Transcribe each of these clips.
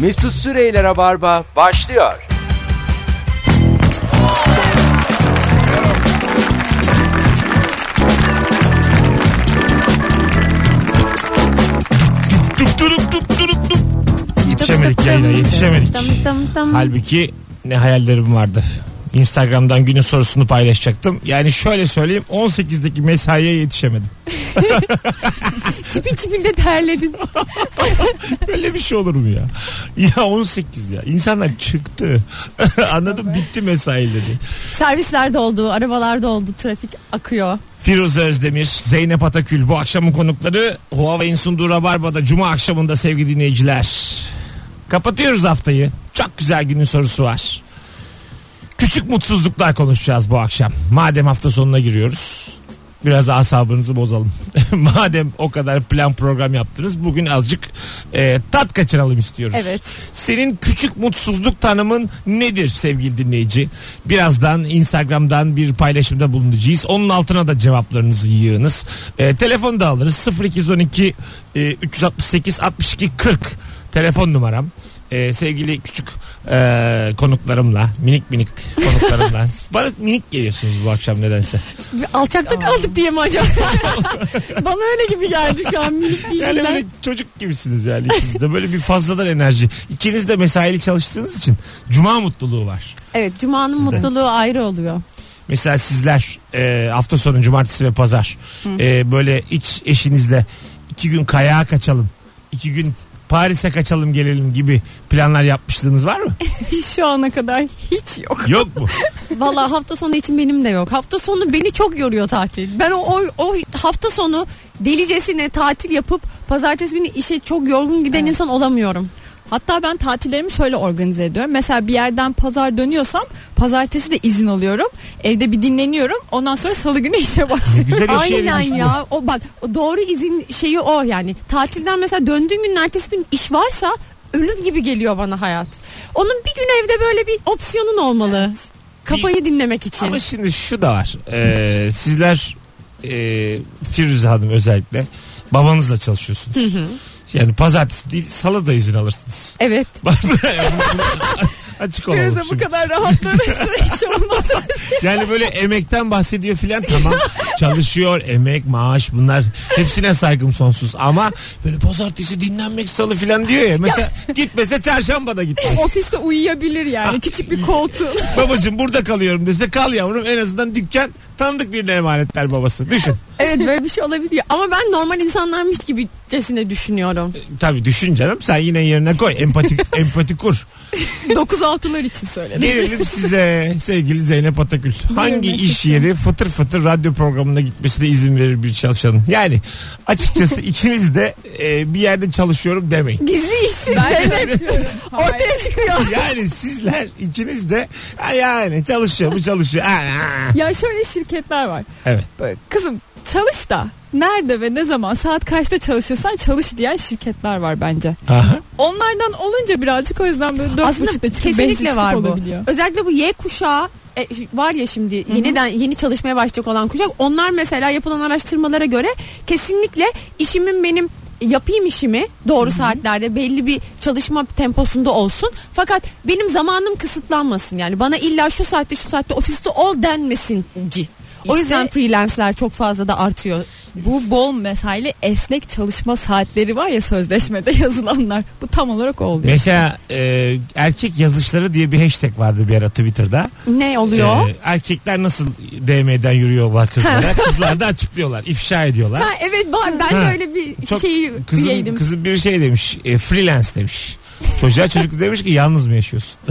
Mesut Süreyler'e barba başlıyor. Dup dup dup dup dup. Yetişemedik yayına yetişemedik. Tam tam tam. Halbuki ne hayallerim vardı. Instagram'dan günün sorusunu paylaşacaktım. Yani şöyle söyleyeyim 18'deki mesaiye yetişemedim. Çipil çipil de terledin. Böyle bir şey olur mu ya? Ya 18 ya. İnsanlar çıktı. Anladım bitti mesai dedi. Servislerde oldu, arabalarda oldu, trafik akıyor. Firuze Özdemir, Zeynep Atakül bu akşamın konukları Huawei'in sunduğu Rabarba'da Cuma akşamında sevgili dinleyiciler. Kapatıyoruz haftayı. Çok güzel günün sorusu var. Küçük mutsuzluklar konuşacağız bu akşam. Madem hafta sonuna giriyoruz. Biraz asabınızı bozalım. Madem o kadar plan program yaptınız bugün azıcık e, tat kaçıralım istiyoruz. Evet. Senin küçük mutsuzluk tanımın nedir sevgili dinleyici? Birazdan Instagram'dan bir paylaşımda bulunacağız. Onun altına da cevaplarınızı yığınız. E, telefonu da alırız. 0212 e, 368 62 40 telefon numaram. E, sevgili küçük e, konuklarımla, minik minik konuklarımla. Bana minik geliyorsunuz bu akşam nedense. Bir Alçakta kaldık diye mi acaba? Bana öyle gibi geldi şu an minik Yani dişinden. böyle çocuk gibisiniz yani ikiniz de. Böyle bir fazladan enerji. İkiniz de mesaili çalıştığınız için cuma mutluluğu var. Evet, cumanın Sizde. mutluluğu ayrı oluyor. Mesela sizler e, hafta sonu cumartesi ve pazar e, böyle iç eşinizle iki gün kayağa kaçalım, iki gün Paris'e kaçalım gelelim gibi planlar yapmışlığınız var mı? Şu ana kadar hiç yok. Yok mu? Vallahi hafta sonu için benim de yok. Hafta sonu beni çok yoruyor tatil. Ben o, o, o hafta sonu delicesine tatil yapıp pazartesi günü işe çok yorgun giden Evet. insan olamıyorum. Hatta ben tatillerimi şöyle organize ediyorum. Mesela bir yerden pazar dönüyorsam pazartesi de izin alıyorum. Ee, Evde bir dinleniyorum. Ondan sonra salı günü işe Ne başlıyorum. güzel Aynen yaşayabiliyorsun. ya. O bak o doğru izin şeyi o yani. Tatilden mesela döndüğüm günün ertesi gün iş varsa ölüm gibi geliyor bana hayat. Onun bir gün evde böyle bir opsiyonun olmalı. Kafayı dinlemek için. Ama şimdi şu da var. Ee, sizler e, Firuze Hanım özellikle babanızla çalışıyorsunuz. Yani pazartesi değil salı da izin alırsınız. Evet. Açık olalım Firuze bu şimdi. kadar rahatlamışsa hiç olmaz. Yani böyle emekten bahsediyor filan tamam. Çalışıyor, emek, maaş bunlar hepsine saygım sonsuz. Ama böyle pazartesi dinlenmek salı filan diyor ya. Mesela gitmese çarşamba da gitmez. Ofiste uyuyabilir yani. Küçük bir koltuğun. Babacım burada kalıyorum dese kal yavrum en azından dükkan tanıdık birine emanetler babası. Düşün. Evet böyle bir şey olabiliyor. Ama ben normal insanlarmış gibicesine düşünüyorum. Tabii düşün canım sen yine yerine koy. Empati, empati kur. 9-6'lar için söyledim. Gelelim size sevgili Zeynep Atakül. Hangi iş yeri fıtır fıtır radyo programına gitmesine izin verir bir çalışanın? Yani açıkçası ikiniz de e, bir yerde çalışıyorum demeyin. Gizli işsiz. Ben de yapıyorum. Ortaya çıkıyor. Yani sizler ikiniz de ha yani çalışıyor mu çalışıyor. Ha, ha. Ya şöyle şirketler var. Evet. Böyle, kızım çalış da nerede ve ne zaman saat kaçta çalışırsan çalış diyen şirketler var bence. Aha. Onlardan olunca birazcık o yüzden böyle dört Aslında buçukta çıkıp beşte kesinlikle çıkıp var bu. olabiliyor. Özellikle bu Y kuşağı e, ş- var ya şimdi yeniden yeni çalışmaya başlayacak olan kuşak. Onlar mesela yapılan araştırmalara göre kesinlikle işimin benim yapayım işimi doğru saatlerde belli bir çalışma temposunda olsun. Fakat benim zamanım kısıtlanmasın. Yani bana illa şu saatte şu saatte ofiste ol denmesinci. O İşte- yüzden freelance'ler çok fazla da artıyor. Bu bol mesaili esnek çalışma saatleri var ya sözleşmede yazılanlar. Bu tam olarak o oluyor. Mesela e, erkek yazışları diye bir hashtag vardı bir ara Twitter'da. Ne oluyor? E, erkekler nasıl DM'den yürüyorlar kızlara. Kızlar da açıklıyorlar, ifşa ediyorlar. ha evet var. Ben Ha. de öyle bir Çok şeyi Kızım, üyeydim. kızım bir şey demiş. e, freelance demiş. Çocuğa çocuk da demiş ki yalnız mı yaşıyorsun?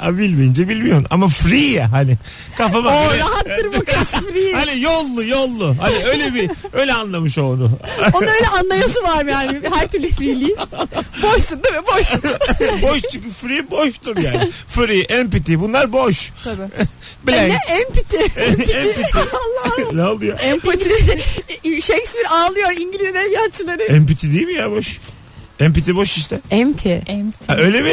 Ha, Bilmeyince bilmiyorsun. Ama free ya hani. Kafama O göre- rahattır bu kız free. Hani yollu yollu. Hani öyle bir öyle anlamış o onu. Onun öyle anlayası var yani her türlü freeliği. Boşsun değil mi? Boşsun. boş çünkü free boştur yani. Free, empty bunlar boş. Tabii. Blank. E, Ne empati. empty. ne oluyor? Empati. Shakespeare ağlıyor İngiliz edebiyatçıları. Empty değil mi ya boş? Empty boş işte. Empty. Empati. Ha, öyle mi?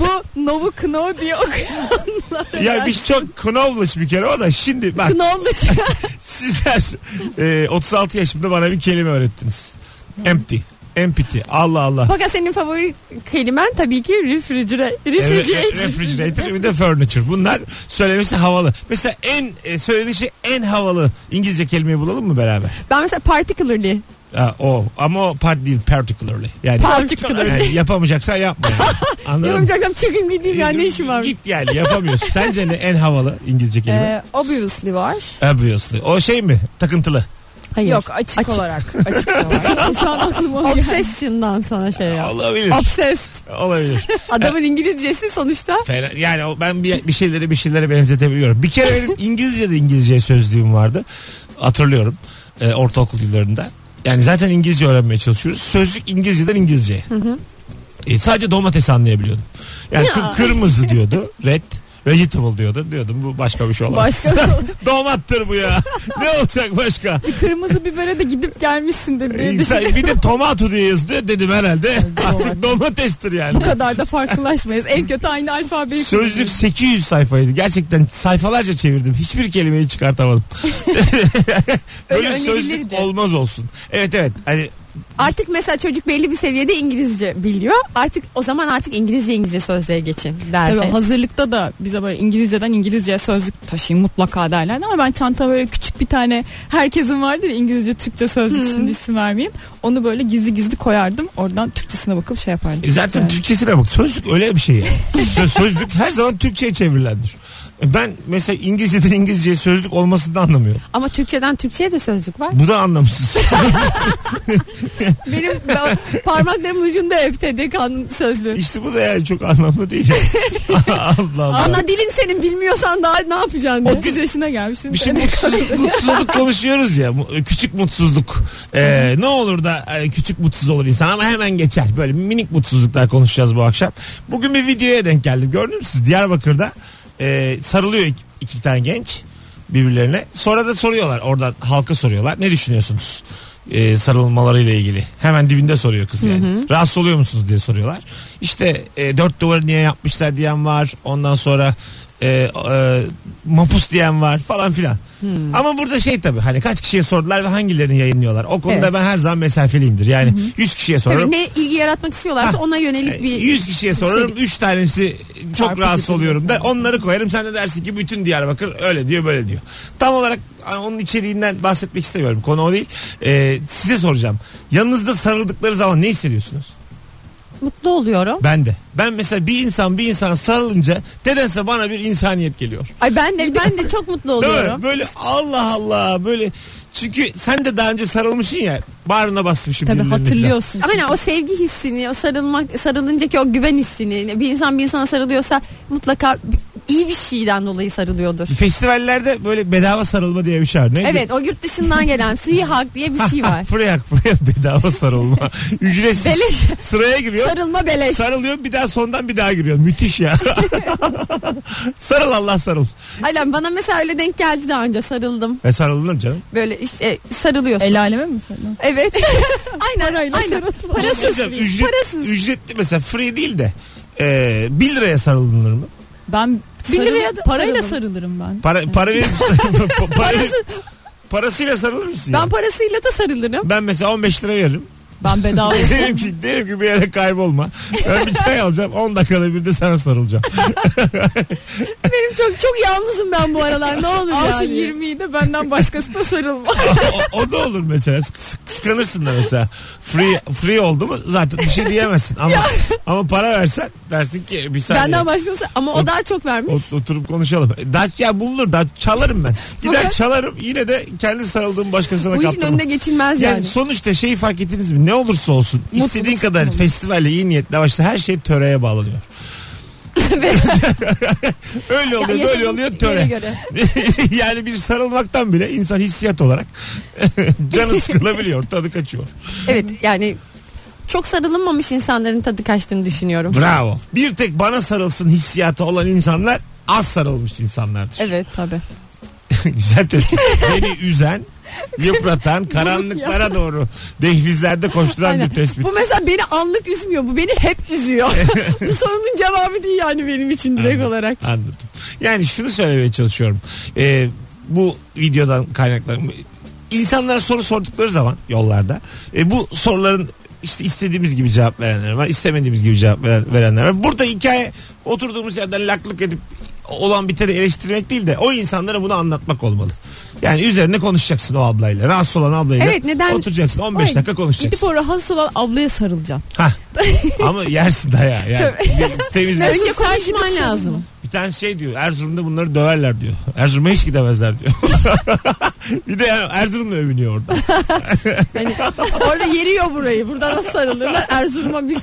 Bu Novu Kno diye okuyanlar. ya biz çok knowledge bir kere o da şimdi bak Know'lu Sizler e, 36 yaşımda bana bir kelime öğrettiniz. Empty. Empati. Allah Allah. Fakat senin favori kelimen tabii ki refrigerator. Evet, Refrigerator. refrigerator bir de furniture. Bunlar söylemesi havalı. Mesela en e, söylenişi en havalı İngilizce kelimeyi bulalım mı beraber? Ben mesela particularly. Ha, o ama o part değil particularly. Yani, Particularly. yani yapamayacaksa yapma. Yani. Anladın mı? Yapacaksam çılgın gideyim ya ne işim var? Git yani yapamıyorsun. Sence ne en havalı İngilizce kelime? Ee, obviously var. Ee, Obviously. O şey mi? Takıntılı. Hayır. Yok açık, Açık. olarak. Açık olarak. Şu an aklıma o geldi. Obsession'dan sana şey ya. Olabilir. Obsessed. Olabilir. Adamın İngilizcesi sonuçta. Fena- yani o- ben bir, bir şeyleri bir şeylere benzetebiliyorum. Bir kere benim İngilizce'de İngilizce sözlüğüm vardı. Hatırlıyorum. Ee, ortaokul yıllarında. Yani zaten İngilizce öğrenmeye çalışıyoruz. Sözlük İngilizceden İngilizceye. E, sadece domates anlayabiliyordum. Yani kı- kırmızı diyordu. Red. Vegetable diyordu. Diyordum bu başka bir şey olamaz. Başka Domattır bu ya. ne olacak başka? kırmızı bibere de gidip gelmişsindir diye İnsan, düşünüyorum. bir de tomato diye yazıyor dedim herhalde. Artık domatestir yani. Bu kadar da farklılaşmayız. En kötü aynı alfabeyi Sözlük 800 sayfaydı. Gerçekten sayfalarca çevirdim. Hiçbir kelimeyi çıkartamadım. Böyle Öyle sözlük önerilirdi. olmaz olsun. Evet evet. Hani Artık mesela çocuk belli bir seviyede İngilizce biliyor. Artık o zaman artık İngilizce İngilizce sözlüğe geçin derdi. Tabii hazırlıkta da bize böyle İngilizceden İngilizceye sözlük taşıyın mutlaka derlerdi ama ben çantama böyle küçük bir tane herkesin vardır ya İngilizce Türkçe sözlük şimdi isim vermeyeyim. Onu böyle gizli gizli koyardım oradan Türkçesine bakıp şey yapardım. e, zaten Yani. Türkçesine bak. Sözlük öyle bir şey. yani. Söz- sözlük her zaman Türkçe'ye çevrilendir. Ben mesela İngilizce'den İngilizce'ye sözlük olmasını da anlamıyorum. Ama Türkçeden Türkçe'ye de sözlük var. Bu da anlamsız. Benim ben- parmaklarımın ucunda eftedi kan sözlüğü. işte bu da yani çok anlamlı değil. Allah Allah. Ana dilin senin bilmiyorsan daha ne yapacaksın? diye. 30 yaşına gelmişsin. Bir şey mutsuzluk, mutsuzluk konuşuyoruz ya. Mu- Küçük mutsuzluk. Ee, ne olur da e, küçük mutsuz olur insan ama hemen geçer. Böyle minik mutsuzluklar konuşacağız bu akşam. Bugün bir videoya denk geldim. Gördünüz mü siz? Diyarbakır'da e, sarılıyor iki, iki tane genç birbirlerine. Sonra da soruyorlar oradan halka soruyorlar. Ne düşünüyorsunuz? E, sarılmalarıyla ilgili. Hemen dibinde soruyor kız yani. Rahatsız oluyor musunuz diye soruyorlar. İşte e, dört duvarı niye yapmışlar diyen var. Ondan sonra e, e, mapus diyen var falan filan. Ama burada şey tabii hani kaç kişiye sordular ve hangilerini yayınlıyorlar. O konuda Evet. ben her zaman mesafeliyimdir. Yani 100 kişiye sorarım. Tabii ne ilgi yaratmak istiyorlarsa Ha. ona yönelik e, bir şey. 100 kişiye sorarım 3 tanesi çok Çarpıcı rahatsız değil oluyorum da mesela. onları koyarım sen de dersin ki bütün Diyarbakır öyle diyor böyle diyor. Tam olarak a, onun içeriğinden bahsetmek istemiyorum konu o değil. E, size soracağım yanınızda sarıldıkları zaman ne hissediyorsunuz? mutlu oluyorum. Ben de. Ben mesela bir insan bir insana sarılınca nedense bana bir insaniyet geliyor. Ay ben de ben de çok mutlu Değil mi? oluyorum. Böyle Allah Allah böyle çünkü sen de daha önce sarılmışsın ya bağrına basmışım. Tabii birilerine falan. hatırlıyorsun. Ama yani o sevgi hissini, o sarılmak, sarılıncaki o güven hissini, bir insan bir insana sarılıyorsa mutlaka b- iyi bir şeyden dolayı sarılıyordur. Festivallerde böyle bedava sarılma diye bir şey var. Neydi? Evet, o yurt dışından gelen free hug diye bir şey var. Fırıyak fırıyak bedava sarılma. Ücretsiz. Beleş. Sıraya giriyor. Sarılma beleş. Sarılıyor bir daha sondan bir daha giriyor. Müthiş ya. sarıl Allah sarıl. Aynen bana mesela öyle denk geldi daha önce sarıldım. E sarılınır canım. Böyle işte sarılıyorsun. El aleme mi sen? Evet. aynen Parayla aynen. sarılma. Bir şey Parasız. söyleyeceğim. Ücret, Parasız. Ücretli mesela free değil de e, 1 liraya sarılınır mı? Ben Bir liraya sarılırım, da parayla sarılırım. sarılırım ben. Para, para verip pa- para, parasıyla sarılır mısın? Ben yani? parasıyla da sarılırım. ben mesela 15 lira veririm. Ben bedava. derim ki, derim ki bir yere kaybolma. Ben bir çay alacağım 10 dakikada bir de sana sarılacağım. Benim çok çok yalnızım ben bu aralar. Ne olur Al şu yani. 20'yi de benden başkasına sarılma. o, o da olur mesela. Sık- sık- Kıskanırsın da mesela. Free free oldu mu zaten bir şey diyemezsin. Ama ama para versen dersin ki bir saniye. Benden başkası ama o daha çok vermiş. Ot- oturup konuşalım. Daha ya bulunur daha çalarım ben. Gider Fakat- çalarım yine de kendi sarıldığım başkasına Bu işin kaptırmam. önüne geçilmez Yani, yani. sonuçta şeyi fark ettiniz mi? Ne olursa olsun istediğin kadar olmalı. festivalle iyi niyetle başla her şey töreye bağlanıyor. Evet. Öyle oluyor böyle yaşadığın oluyor yere töre. göre. yani bir sarılmaktan bile insan hissiyat olarak canı sıkılabiliyor tadı kaçıyor. Evet yani çok sarılınmamış insanların tadı kaçtığını düşünüyorum. Bravo. Bir tek bana sarılsın hissiyatı olan insanlar az sarılmış insanlardır. evet tabii. Güzel tespit. Beni üzen, yıpratan, karanlıklara doğru dehlizlerde koşturan Aynen. bir tespit. Bu mesela beni anlık üzmüyor. Bu beni hep üzüyor. bu sorunun cevabı değil yani benim için direkt Anladım. olarak. Anladım. Yani şunu söylemeye çalışıyorum. Ee, bu videodan kaynaklı insanlara soru sordukları zaman yollarda e, bu soruların işte istediğimiz gibi cevap verenler var. istemediğimiz gibi cevap veren- verenler var. Burada hikaye oturduğumuz yerden laklık edip olan biteni eleştirmek değil de o insanlara bunu anlatmak olmalı. Yani üzerine konuşacaksın o ablayla. Rahatsız olan ablayla Evet, neden- oturacaksın 15 Ay, dakika Gidip konuşacaksın. o rahatsız olan ablaya sarılacaksın. Hah. Ama yersin dayağı yani. Bir- Temiz bir, Önce sen konuşman gidip lazım. bir tane şey diyor Erzurum'da bunları döverler diyor. Erzurum'a hiç gidemezler diyor. bir de yani Erzurum'la övünüyor orada. Hani Orada yeriyor burayı. Burada nasıl sarılırlar? Erzurum'a biz.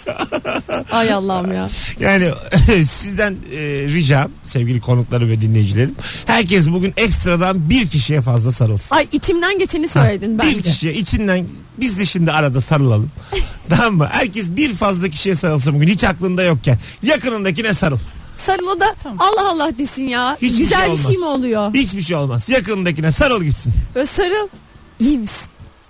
Ay Allah'ım ya. Yani sizden e, ricam sevgili konuklarım ve dinleyicilerim. Herkes bugün ekstradan bir kişiye fazla sarılsın. Ay içimden geçeni söyledin bir bence. kişiye içinden biz de şimdi arada sarılalım. tamam mı? Herkes bir fazla kişiye sarılsın bugün hiç aklında yokken. Yakınındakine sarıl. Sarıl o da Allah Allah desin ya. Hiçbir Güzel şey bir şey olmaz. mi oluyor? Hiçbir şey olmaz. Yakınındakine sarıl gitsin. Böyle sarıl. İyi misin?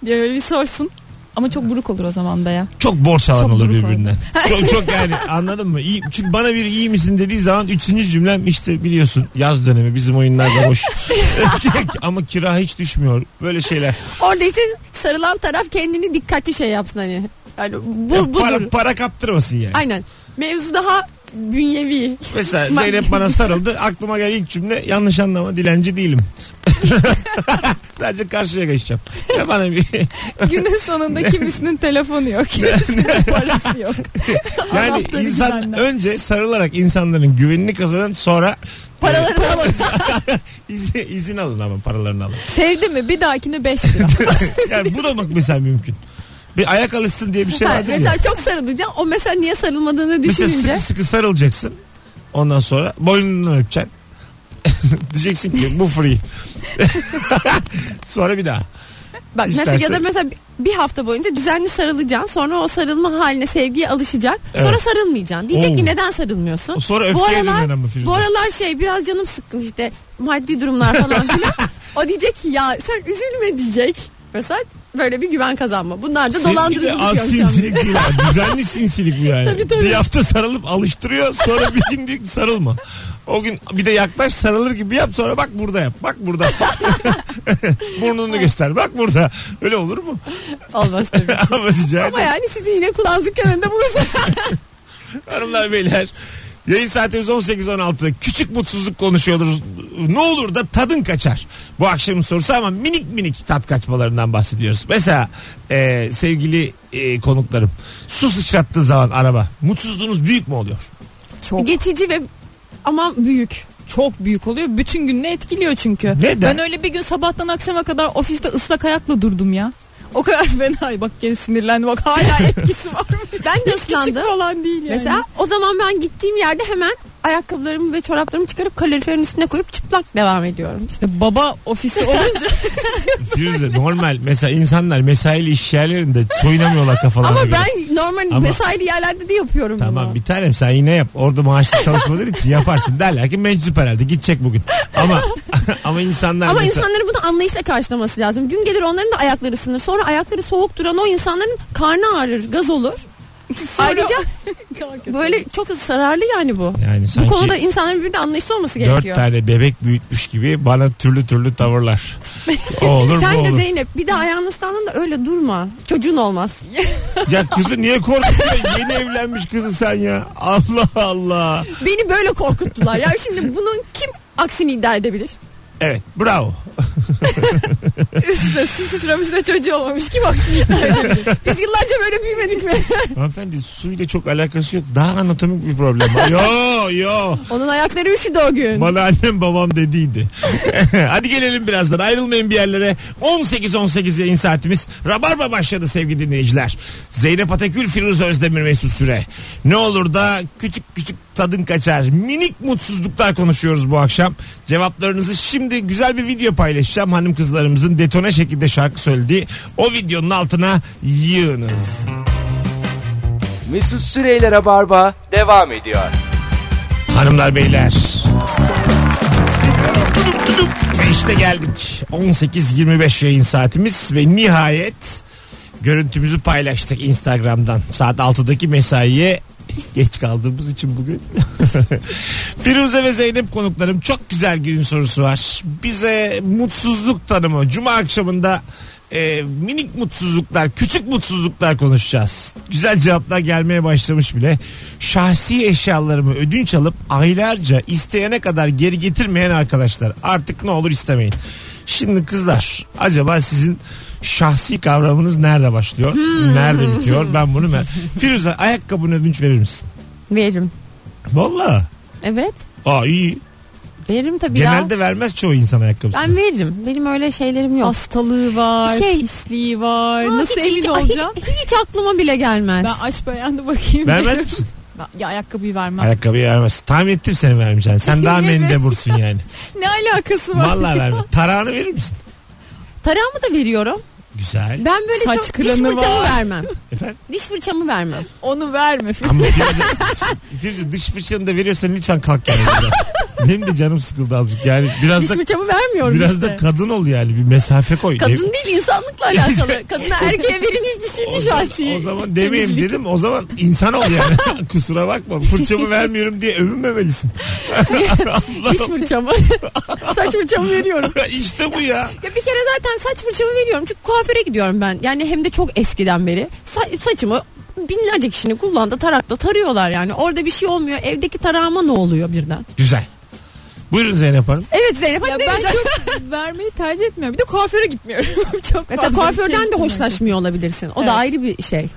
Diye böyle bir sorsun. Ama çok buruk olur o zaman da ya. Çok borç alan Çok olur buruk birbirinden. çok çok yani anladın mı? İyi, çünkü bana bir iyi misin dediği zaman üçüncü cümlem işte biliyorsun yaz dönemi bizim oyunlar da boş. Ama kira hiç düşmüyor. Böyle şeyler. Orada işte sarılan taraf kendini dikkatli şey yapsın hani. Yani bu, Ya para, budur. para kaptırmasın yani. Aynen. Mevzu daha bünyevi. Mesela Ben- Zeynep bana sarıldı. Aklıma gelen ilk cümle yanlış anlama dilenci değilim. Sadece karşıya geçeceğim. Ya bana bir Günün sonunda kimisinin telefonu yok. Kimisinin parası yok. yani Anahtarı insan güvenden. önce sarılarak insanların güvenini kazanın sonra e, Paraları da alın. izin, izin alın ama paralarını alın. Sevdi mi bir dahakine 5 lira. Yani bu da bak mesela mümkün. Bir ayak alışsın diye bir şey Ha, vardır ya. mesela çok sarılacağım. O mesela niye sarılmadığını Mesela düşününce. sıkı sıkı sarılacaksın. Ondan sonra boynundan öpeceksin. Diyeceksin ki bu free. sonra bir daha. Bak mesela ya İsterse- da mesela bir hafta boyunca düzenli sarılacaksın. Sonra o sarılma haline sevgiye alışacak. Sonra Evet. sarılmayacaksın. Diyecek Oo. ki neden sarılmıyorsun? Sonra Bu öfkeye aralar- dönen ama Firuze. Bu aralar şey biraz canım sıkkın işte maddi durumlar falan filan. o diyecek ki ya sen üzülme diyecek. Mesela böyle bir güven kazanma. Bunlar da Senin gibi dolandırıcı az bir yöntem. sinsilik bu ya. Düzenli sinsilik bu yani. Tabii, tabii. Bir hafta sarılıp alıştırıyor. Sonra bir gün diyor ki sarılma. O gün bir de yaklaş sarılır gibi yap. Sonra bak burada yap. Bak burada. Burnunu göster. Bak burada. Öyle olur mu? Olmaz tabii. Ama rica Ama ederim. yani sizi yine kulağınızın kenarında bulursun. Hanımlar beyler. Yayın saatimiz 18.16. Küçük mutsuzluk konuşuyoruz. Ne olur da tadın kaçar. Bu akşamın sorusu ama minik minik tat kaçmalarından bahsediyoruz. Mesela e, sevgili e, konuklarım. Su sıçrattığı zaman araba. Mutsuzluğunuz büyük mü oluyor? çok Geçici ve ama büyük. çok büyük oluyor. Bütün gününü etkiliyor çünkü. Neden? Ben öyle bir gün sabahtan akşama kadar ofiste ıslak ayakla durdum ya. O kadar fena. Ay Bak gene sinirlendi bak hala etkisi var. Ben de Küçük ıslandım. falan değil yani. Mesela o zaman ben gittiğim yerde hemen ayakkabılarımı ve çoraplarımı çıkarıp kaloriferin üstüne koyup çıplak devam ediyorum. işte baba ofisi olunca Firuze normal. Mesela insanlar mesaili iş yerlerinde soyunamıyorlar kafalarına Ama göre. ben normal Ama- vesaire yerlerde de yapıyorum Tamam bunu. bir tanem sen yine yap. Orada maaşlı çalışmadığın için yaparsın. Derler ki meczup herhalde gidecek bugün. Ama ama insanlar Ama mesela- insanların bunu anlayışla karşılaması lazım. Gün gelir onların da ayakları sınır. Sonra ayakları soğuk duran o insanların karnı ağrır, gaz olur. Ayrıca böyle çok zararlı yani bu. yani Bu sanki... konuda insanların birbirine anlayışlı olması Dört gerekiyor. tane bebek büyütmüş gibi bana türlü türlü tavırlar. O olur bu Sen de olur. Zeynep bir de ayağını ıslandın da öyle durma. Çocuğun olmaz. Ya kızı niye korkutuyorsun? Yeni evlenmiş kızı sen ya. Allah Allah. Beni böyle korkuttular. ya şimdi bunun kim aksini iddia edebilir? Evet bravo. üstüne su sıçramış da çocuğu olmamış ki bak Biz yıllarca böyle büyümedik mi? Hanımefendi suyla çok alakası yok. Daha anatomik bir problem var. Yo yo. Onun ayakları üşüdü o gün. Bana annem babam dediydi. Hadi gelelim birazdan ayrılmayın bir yerlere. 18-18 yayın saatimiz. Rabarba başladı sevgili dinleyiciler. Zeynep Atakül, Firuze Özdemir Mesut Süre. Ne olur da küçük küçük tadın kaçar. Minik mutsuzluklar konuşuyoruz bu akşam. Cevaplarınızı şimdi güzel bir video paylaşacağım. Hanım kızlarımızın detone şekilde şarkı söylediği o videonun altına yığınız. Mesut Süreyler'e barba devam ediyor. Hanımlar beyler. Ve işte geldik. 18.25 yayın saatimiz ve nihayet görüntümüzü paylaştık Instagram'dan. Saat 6'daki mesaiye geç kaldığımız için bugün. Firuze ve Zeynep konuklarım çok güzel günün sorusu var. Bize mutsuzluk tanımı Cuma akşamında e, minik mutsuzluklar, küçük mutsuzluklar konuşacağız. Güzel cevaplar gelmeye başlamış bile. Şahsi eşyalarımı ödünç alıp aylarca isteyene kadar geri getirmeyen arkadaşlar. Artık ne olur istemeyin. Şimdi kızlar acaba sizin şahsi kavramınız nerede başlıyor? Hmm. Nerede bitiyor? Ben bunu mer Firuze ayakkabını ödünç verir misin? Veririm. Valla. Evet. Aa iyi. Veririm tabii Genelde ya. vermez çoğu insan ayakkabısını. Ben veririm. Benim öyle şeylerim yok. Hastalığı var, Şey- pisliği var. Aa, Nasıl hiç- emin hiç- olacağım? Hiç, hiç aklıma bile gelmez. Ben aç beğendi bakayım. Vermez misin? Ben- Ya ayakkabıyı vermem. Ayakkabıyı vermez. Tahmin ettim seni vermeyeceğini. Sen daha Evet. mendebursun yani. Ne alakası var? Vallahi verme. Tarağını verir misin? Tarağımı da veriyorum. Güzel. Ben böyle Saç çok diş kremi fırçamı var. vermem. Efendim? Diş fırçamı vermem. Onu verme. Ama Firuze- Firuze dış fırçanı da veriyorsan lütfen kalk yani. Benim de canım sıkıldı azıcık. Yani biraz Diş da fırçamı vermiyorum biraz işte. da kadın ol yani. Bir mesafe koy. Ev- Kadın değil insanlıkla alakalı. Kadına erkeğe verilmiş bir şey O değil zaman, şahsi. o zaman demeyeyim dedim. O zaman insan ol yani. Kusura bakma. Fırçamı vermiyorum diye övünmemelisin. Diş fırçamı. Saç fırçamı veriyorum. işte bu ya. Ya bir kere zaten saç fırçamı veriyorum. Çünkü kuaföre gidiyorum ben. Yani hem de çok eskiden beri. Sa- saçımı binlerce kişinin kullandığı tarakla tarıyorlar yani. Orada bir şey olmuyor. Evdeki tarağıma ne oluyor birden? Güzel. Buyurun Zeynep Hanım. Evet Zeynep hadi Ya ne ben diyeceksin? çok vermeyi tercih etmiyorum. Bir de kuaföre gitmiyorum. çok Mesela fazla kuaförden de keyfim yok. hoşlaşmıyor olabilirsin. O Evet. da ayrı bir şey.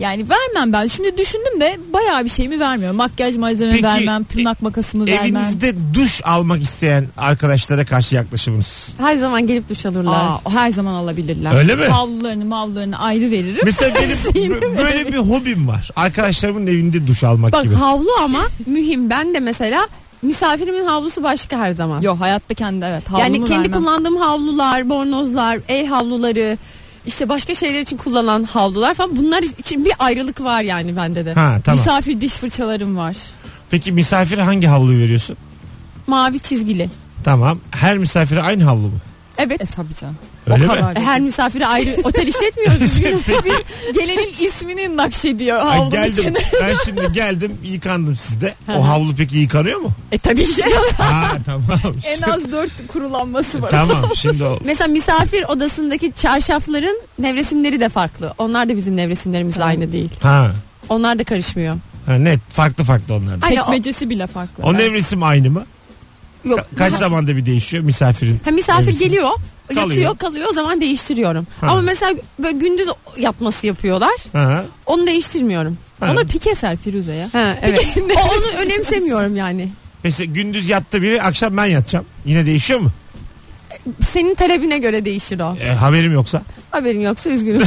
Yani vermem ben. Şimdi düşündüm de bayağı bir şeyimi vermiyorum. Makyaj malzememi Peki, e, vermem, tırnak makasımı vermem. Evinizde duş almak isteyen arkadaşlara karşı yaklaşımınız. Her zaman gelip duş alırlar. Aa, her zaman alabilirler. Öyle mi? Havlularını mavlularını ayrı veririm. Mesela benim Şeyini bö- böyle bir hobim var. Arkadaşlarımın evinde duş almak Bak gibi. havlu ama mühim. Ben de mesela misafirimin havlusu başka her zaman. Yok hayatta kendi evet havlumu yani kendi vermem. kullandığım havlular, bornozlar, el havluları, işte başka şeyler için kullanılan havlular falan bunlar için bir ayrılık var yani bende de. Ha tamam. Misafir diş fırçalarım var. Peki misafire hangi havluyu veriyorsun? Mavi çizgili. Tamam. Her misafire aynı havlu mu? Evet. E tabii canım. Öyle mi? o kadar. Her misafire ayrı otel işletmiyoruz. Peki, Gelenin ismini nakşediyor ben havlunun geldim. kenarı. Ben şimdi geldim yıkandım sizde. hı. O havlu peki yıkanıyor mu? E tabii ki canım. Ha tamam. en az dört kurulanması var. tamam şimdi o. Mesela misafir odasındaki çarşafların nevresimleri de farklı. Onlar da bizim nevresimlerimizle Tamam. aynı değil. Ha. Onlar da karışmıyor. ha net farklı farklı onlar. da. Ay, Hani o- Çekmecesi bile farklı. O nevresim aynı mı? Yok. Ka- kaç zamanda bir değişiyor misafirin? Ha, misafir Nevresim. geliyor, Kalıyor. yatıyor, kalıyor. O zaman değiştiriyorum. Ha. Ama mesela böyle gündüz yapması yapıyorlar. Ha. Onu değiştirmiyorum. ha. Ona pik eser Firuze ya. Ha, evet. o, onu önemsemiyorum yani. Mesela gündüz yattı biri akşam ben yatacağım. Yine değişiyor mu? Senin talebine göre değişir o. E, haberim yoksa. Haberin yoksa üzgünüm.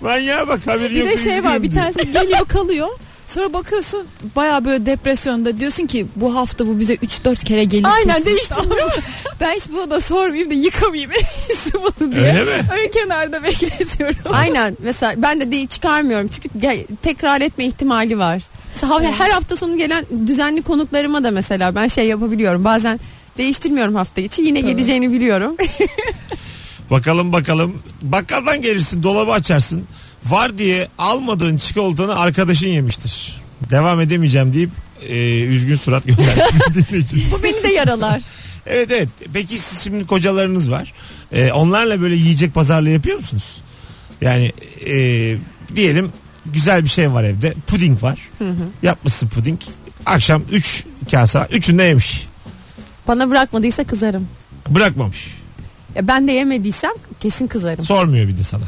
Manyağa bak haberin Bir yoksa. de şey var üzgünüm bir diyor. tanesi geliyor kalıyor. Sonra bakıyorsun baya böyle depresyonda diyorsun ki bu hafta bu bize 3-4 kere gelir. Aynen kesin. değiştiriyorum. Ben hiç bunu da sormayayım da yıkamayayım iyisi bunu diye. Öyle mi? Öyle kenarda bekletiyorum. Aynen. Mesela ben de değil çıkarmıyorum. Çünkü gel- tekrar etme ihtimali var. Mesela ha- her hafta sonu gelen düzenli konuklarıma da mesela ben şey yapabiliyorum. Bazen değiştirmiyorum hafta içi. Yine Tabii. geleceğini biliyorum. Bakalım bakalım. Bakkaldan gelirsin dolabı açarsın. Var diye almadığın çikolatanı arkadaşın yemiştir. Devam edemeyeceğim deyip e, üzgün surat göndermiş bir dinleyicimiz. Bu beni de yaralar. evet evet. Peki siz şimdi kocalarınız var. E, onlarla böyle yiyecek pazarlığı yapıyor musunuz? Yani e, diyelim güzel bir şey var evde. Puding var. Yapmışsın puding. Akşam 3 kase var. Üçünü de yemiş. Bana bırakmadıysa kızarım. Bırakmamış. Ya ben de yemediysem kesin kızarım. Sormuyor bir de sana.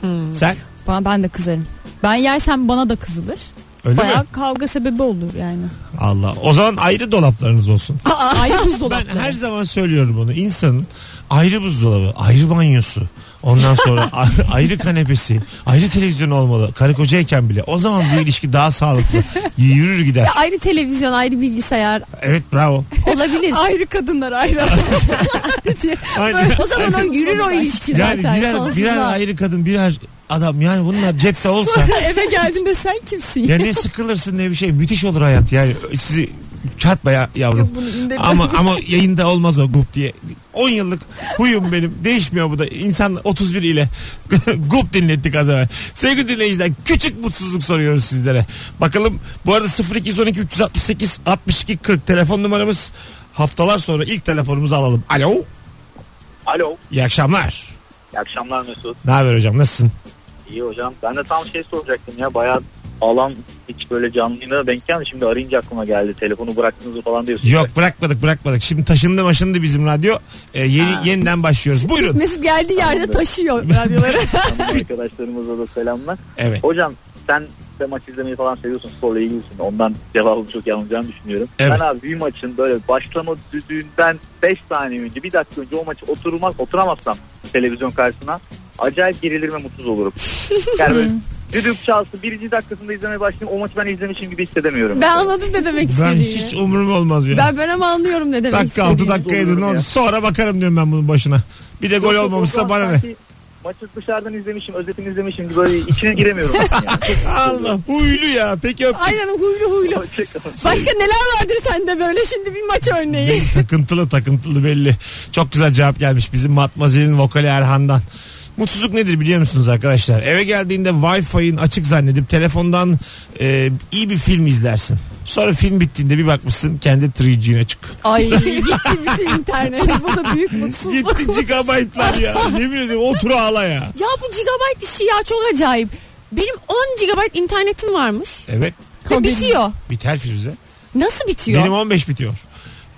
Hmm. Sen Ben, ben de kızarım. Ben yersem bana da kızılır. öyle mi? Bayağı kavga sebebi olur yani. Allah. O zaman ayrı dolaplarınız olsun. Ayrı Ben buzdolapları. her zaman söylüyorum bunu. İnsanın ayrı buzdolabı, ayrı banyosu, ondan sonra a- ayrı kanepesi, ayrı televizyon olmalı. Karı kocayken bile. O zaman bu ilişki daha sağlıklı. Yürür gider. Ya ayrı televizyon, ayrı bilgisayar Evet bravo. olabilir. Ayrı kadınlar ayrı. Aynen. o zaman o yürür o ilişki Yani zaten. birer, sonsuza. birer ayrı kadın, birer adam. Yani bunlar cepte olsa Eve geldiğinde sen kimsin? ya ne sıkılırsın ne bir şey. Müthiş olur hayat. Yani sizi çarpma ya, yavrum. Yok bunu indirme. ama ama yayında olmaz o gup diye. 10 yıllık huyum benim. Değişmiyor bu da. İnsan 31 ile gup dinlettik az evvel. Sevgili dinleyiciler küçük mutsuzluk soruyoruz sizlere. Bakalım bu arada 0212 368 62 40 telefon numaramız. Haftalar sonra ilk telefonumuzu alalım. Alo. Alo. İyi akşamlar. İyi akşamlar Mesut. Ne haber hocam nasılsın? İyi hocam. Ben de tam şey soracaktım ya. Bayağı alan hiç böyle canlıyla denk geldi. Şimdi arayınca aklıma geldi. Telefonu bıraktınız mı falan diyorsunuz. Yok bırakmadık bırakmadık. Şimdi taşındı maşındı bizim radyo. Ee, yeni, yeniden başlıyoruz. Buyurun. Mesut geldiği yerde taşıyor radyoları. Tamam, arkadaşlarımıza da selamlar. Evet. Hocam sen de maç izlemeyi falan seviyorsun. Sporla ilgilisin. Ondan cevabım çok yanılacağını düşünüyorum. Evet. Ben abi bir maçın böyle başlama düdüğünden 5 saniye önce bir dakika önce o maçı oturmaz, oturamazsam televizyon karşısına acayip gerilir ve mutsuz olurum. Yani böyle düdük çalsın birinci dakikasında izlemeye başlayayım o maçı ben izlemişim gibi hissedemiyorum. ben anladım ne demek Ben istediğini. hiç umurum olmaz ya. Ben ben ama anlıyorum ne demek dakika altı istediğini. dakikaydı ne Olur oldu? ya. Sonra bakarım diyorum ben bunun başına. Bir de gol Yoksa olmamışsa oradan bana ne? sanki Maçı dışarıdan izlemişim, özetini izlemişim gibi böyle içine giremiyorum. Allah huylu ya. Peki öptük. Aynen huylu huylu. Hoşçakalın. Başka neler vardır sende böyle şimdi bir maç örneği. Belli, takıntılı takıntılı belli. Çok güzel cevap gelmiş bizim Matmazel'in vokali Erhan'dan. Mutsuzluk nedir biliyor musunuz arkadaşlar? Eve geldiğinde Wi-Fi'in açık zannedip telefondan e, iyi bir film izlersin. Sonra film bittiğinde bir bakmışsın kendi 3G'in açık. Ay gitti bütün internet. Bu da büyük mutsuzluk. 7 GB'lar ya. Yemin ediyorum otur ağla ya. Ya bu gigabyte işi ya çok acayip. Benim 10 gigabyte internetim varmış. Evet Ve bitiyor. biter Firuze. Nasıl bitiyor? Benim 15 bitiyor.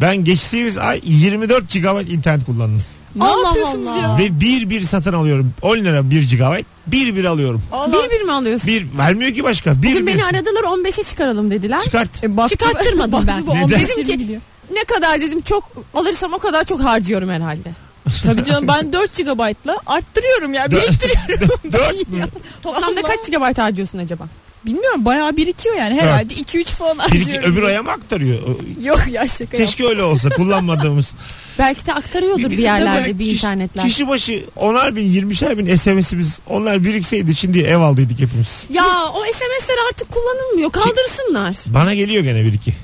Ben geçtiğimiz ay 24 GB internet kullandım. Ne Allah yapıyorsunuz Allah. ya? Ve bir bir satın alıyorum. 10 lira 1 GB. Bir bir alıyorum. Allah. Bir bir mi alıyorsun? Bir vermiyor ki başka. Bir Bugün bir. beni aradılar 15'e çıkaralım dediler. Çıkart. E, baktı- Çıkarttırmadım baktı ben. bu Neden? 15 Dedim ki- gidiyor. Ne kadar dedim çok alırsam o kadar çok harcıyorum herhalde. Tabii canım ben 4 GB'la arttırıyorum ya. Biriktiriyorum. dört ben ya. Toplamda Allah. kaç gigabyte harcıyorsun acaba? Bilmiyorum bayağı birikiyor yani. Herhalde 2-3 falan Bir harcıyorum. iki, öbür aya mı aktarıyor? O- Yok ya şaka yap. Keşke öyle olsa kullanmadığımız. Belki de aktarıyordur bir Bizim de yerlerde böyle bir kişi- internetler. Kişi başı 10'ar bin 20'şer bin SMS'imiz onlar birikseydi şimdi ev aldıydık hepimiz. Ya o SMS'ler artık kullanılmıyor. Kaldırsınlar. Bana geliyor gene bir iki.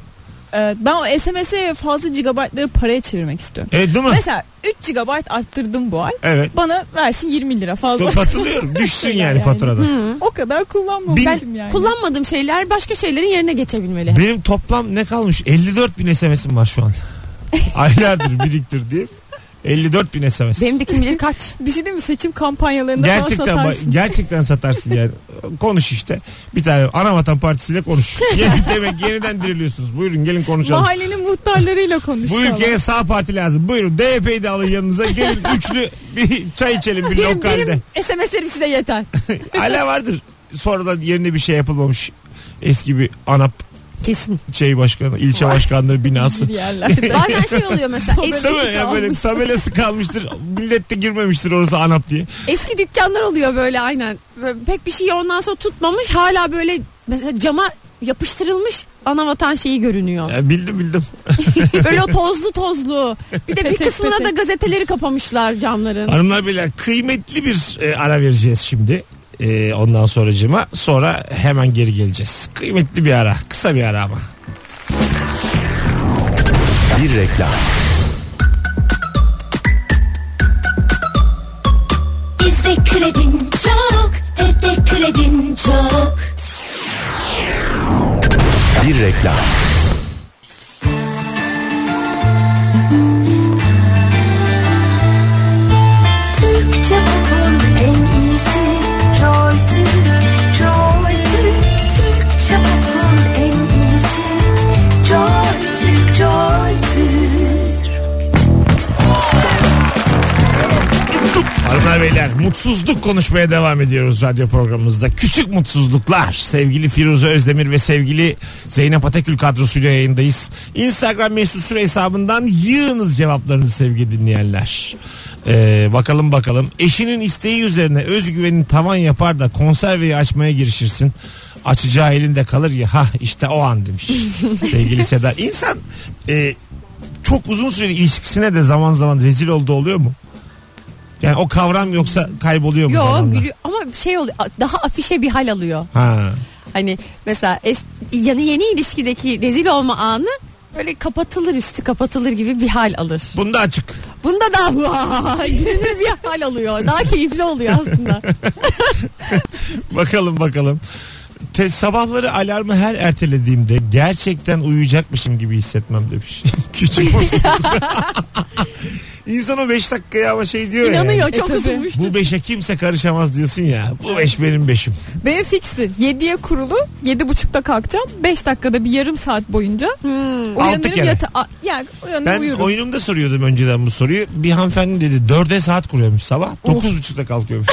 Evet, ben o SMS'e fazla gigabaytları paraya çevirmek istiyorum. Evet değil mi? Mesela 3 GB arttırdım bu ay. Evet. Bana versin 20 lira fazla. Katılıyorum. Düşsün Şeyler yani yani. faturadan. o kadar kullanmamışım yani. Kullanmadığım şeyler başka şeylerin yerine geçebilmeli. Benim toplam ne kalmış? 54 bin SMS'im var şu an. Aylardır biriktirdiğim 54 bin SMS. Benim de kim bilir kaç. bir şey değil mi? Seçim kampanyalarında gerçekten falan ba- satarsın. gerçekten satarsın yani. Konuş işte. Bir tane Anavatan Partisi'yle konuş. Yeni- Demek yeniden diriliyorsunuz. Buyurun gelin konuşalım. Mahallenin muhtarlarıyla konuş. Bu falan. ülkeye sağ parti lazım. Buyurun DYP'yi de alın yanınıza. Gelin üçlü bir çay içelim bir Benim, lokalde. benim SMS'lerim size yeter. Hala vardır. Sonradan yerine bir şey yapılmamış. Eski bir ANAP Kesin. şey başkanı, ilçe başkanlığı binası. Bir yerlerde. Bazen şey oluyor mesela eski, Değil mi? Ya böyle kalmış. tabelası kalmıştır. Millet de girmemiştir orası ANAP diye. eski dükkanlar oluyor böyle aynen. Böyle pek bir şey ondan sonra tutmamış hala böyle mesela cama yapıştırılmış ana vatan şeyi görünüyor. Ya bildim bildim. Böyle o tozlu tozlu. Bir de bir Petek kısmına da petek. gazeteleri kapamışlar camların. Hanımlar beyler kıymetli bir e, ara vereceğiz şimdi. E, ondan sonracıma. Sonra hemen geri geleceğiz. Kıymetli bir ara. Kısa bir ara ama. Bir reklam. Bizde kredin çok, tepte kredin çok. Bir reklam. Türkçe popun en iyisi Joy Türk, Joy Türk. Türkçe popun en iyisi Joy Türk, Joy Türk. Hanımlar beyler mutsuzluk konuşmaya devam ediyoruz radyo programımızda. Küçük mutsuzluklar. Sevgili Firuze Özdemir ve sevgili Zeynep Atakül kadrosuyla yayındayız. Instagram mesut süre hesabından yığınız cevaplarınızı sevgili dinleyenler. Ee, bakalım bakalım. Eşinin isteği üzerine özgüvenini tavan yapar da konserveyi açmaya girişirsin. Açacağı elinde kalır ya ha işte o an demiş sevgili Seda. İnsan e, çok uzun süreli ilişkisine de zaman zaman rezil olduğu oluyor mu? Yani o kavram yoksa kayboluyor mu? Yok zamanla? gülüyor ama şey oluyor daha afişe bir hal alıyor. Ha. Hani mesela es, yani yeni ilişkideki rezil olma anı böyle kapatılır üstü kapatılır gibi bir hal alır. Bunda açık. Bunda daha vaa gibi bir hal alıyor. Daha keyifli oluyor aslında. Bakalım bakalım. Te- sabahları alarmı her ertelediğimde gerçekten uyuyacakmışım gibi hissetmem demiş. Küçük musun? İnsan o 5 dakikaya ama şey diyor ya. İnanıyor E, çok tabii. kızılmıştı. Bu beşe kimse karışamaz diyorsun ya. Bu beş benim beşim. Benim fikstir. 7'ye kurulu. 7.30'da kalkacağım. 5 dakikada bir yarım saat boyunca Hmm. Altı uyanırım kere. yata a- yani uyanırım Ben uyurum. oyunumda soruyordum önceden bu soruyu. Bir hanımefendi dedi dörde saat kuruyormuş sabah. Dokuz buçukta kalkıyormuş.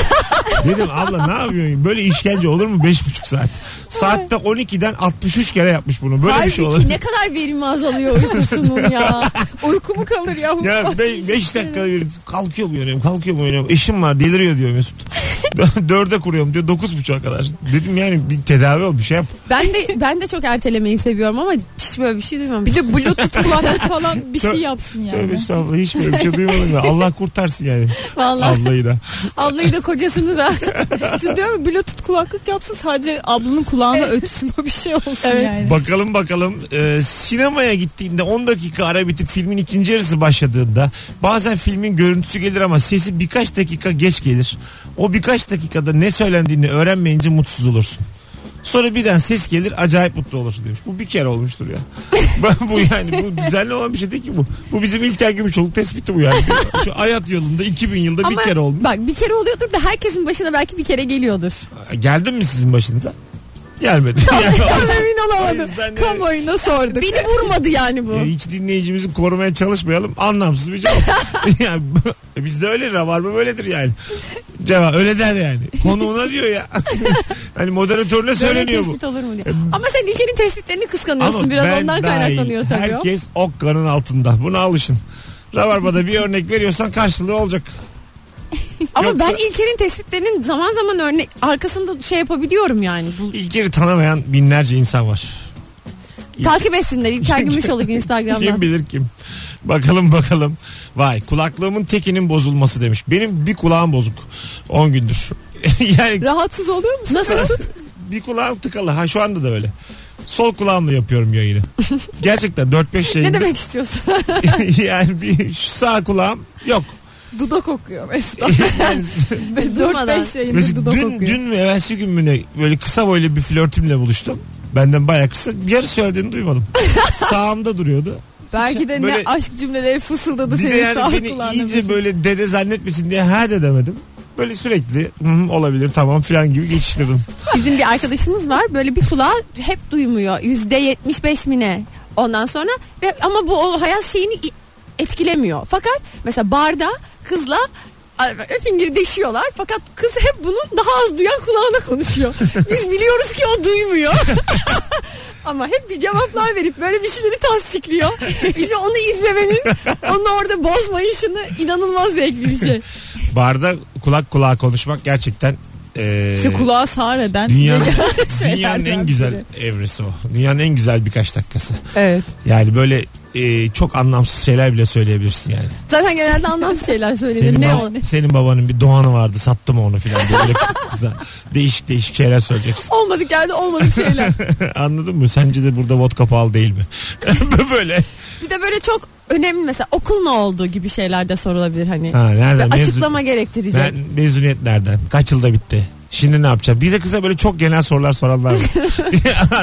Dedim abla ne yapıyorsun? Böyle işkence olur mu? Beş buçuk saat. Saatte 12'den 63 kere yapmış bunu. Böyle bir Halbuki şey olur. ne kadar verimi azalıyor uykusunun ya. Uykumu kalır ya. Ya 5 dakika bir kalkıyor mu uyanıyorum kalkıyor mu uyanıyorum eşim var deliriyor diyor Mesut. Dörde kuruyorum diyor dokuz buçuğa kadar. Dedim yani bir tedavi ol bir şey yap. Ben de ben de çok ertelemeyi seviyorum ama hiç böyle bir şey duymamıştım. Bir de bluetooth kulaklık falan bir şey yapsın Tövbe yani. estağfurullah hiç böyle bir şey duymadım ya. Allah kurtarsın yani Vallahi ablayı da. ablayı da kocasını da. İşte diyorum ya, bluetooth kulaklık yapsın sadece ablanın kulağına ötsün o bir şey olsun Evet. yani. Bakalım bakalım Ee, sinemaya gittiğinde 10 dakika ara bitip filmin ikinci yarısı başladığında bazen filmin görüntüsü gelir ama sesi birkaç dakika geç gelir. O birkaç dakikada ne söylendiğini öğrenmeyince mutsuz olursun. Sonra birden ses gelir acayip mutlu olursun demiş. Bu bir kere olmuştur ya. Ben bu yani bu düzenli olan bir şey değil ki bu. Bu bizim İlker Gümüşoluk tespiti bu yani. Şu hayat yolunda 2000 yılda bir kere olmuş. Bak bir kere oluyordur da herkesin başına belki bir kere geliyordur. Geldin mi sizin başınıza? Gelmedi. Yani o- Tam emin O olamadım. yüzden de- Kamuoyuna sorduk. Beni vurmadı yani bu. E, hiç dinleyicimizi korumaya çalışmayalım. Anlamsız bir cevap. yani, bu- bizde öyle rabarba böyledir yani. Cevap öyle der yani. Konuğuna diyor ya. hani moderatörüne Böyle söyleniyor bu. tespit olur mu diye. Ama sen İlker'in tespitlerini kıskanıyorsun biraz ben ondan dahil, kaynaklanıyor tabii o. Herkes okkanın altında. Buna alışın. Rabarba'da bir örnek veriyorsan karşılığı olacak. Ama Yoksa- ben İlker'in tespitlerinin zaman zaman örnek arkasında şey yapabiliyorum yani. Bu- İlker'i tanımayan binlerce insan var. Takip etsinler İlker Gümüşoluk Instagram'dan. Kim bilir kim. Bakalım bakalım. Vay kulaklığımın tekinin bozulması demiş. Benim bir kulağım bozuk. 10 gündür. yani Rahatsız oluyor musun? Nasıl? bir kulağım tıkalı. Ha şu anda da öyle. Sol kulağımla yapıyorum yayını. Gerçekten 4-5 Ne yayında. demek istiyorsun? yani bir şu sağ kulağım yok. Dudak okuyor Mesut. Yani 4-5 yayında Mesela dudak dün, okuyor. dün mü evvelsi gün mü ne böyle kısa boylu bir flörtümle buluştum. Benden bayağı kısa. Yarı söylediğini duymadım. Sağımda duruyordu. Belki de Böyle- ne aşk cümleleri fısıldadı Bir de senin sağ yani beni kulağına. iyice Mesut. böyle dede zannetmesin diye ha de demedim. Böyle sürekli "Hı hı, olabilir tamam filan gibi geçiştirdim. Bizim bir arkadaşımız var böyle bir kulağı hep duymuyor. Yüzde yetmiş beş mi ne? Ondan sonra ve ama bu o hayat şeyini i- etkilemiyor. Fakat mesela barda kızla a- böyle fingirdeşiyorlar fakat kız hep bunun daha az duyan kulağına konuşuyor. Biz biliyoruz ki o duymuyor. Ama hep bir cevaplar verip böyle bir şeyleri tasdikliyor. İşte onu izlemenin, onu orada bozmayışını inanılmaz zevkli bir şey. Barda kulak kulağa konuşmak gerçekten eee, İşte kulağa sağır eden. dünyanın, şeylerden dünyanın en güzel evresi o. Dünyanın en güzel birkaç dakikası. Evet. Yani böyle eee, çok anlamsız şeyler bile söyleyebilirsin yani. Zaten genelde anlamsız şeyler söylenir. Senin, Ne o? ba- senin babanın bir doğanı vardı sattım onu filan diye böyle kıza değişik değişik şeyler söyleyeceksin. Olmadık geldi olmadık şeyler. Anladın mı? Sence de burada vodka pahalı değil mi? böyle. Bir de böyle çok önemli mesela okul ne oldu gibi şeyler de sorulabilir hani. Ha, nereden? Ve mezun- açıklama gerektirecek. Ben mezuniyet nereden? Kaç yılda bitti? Şimdi ne yapacağım? Bir de kıza böyle çok genel sorular soranlar var.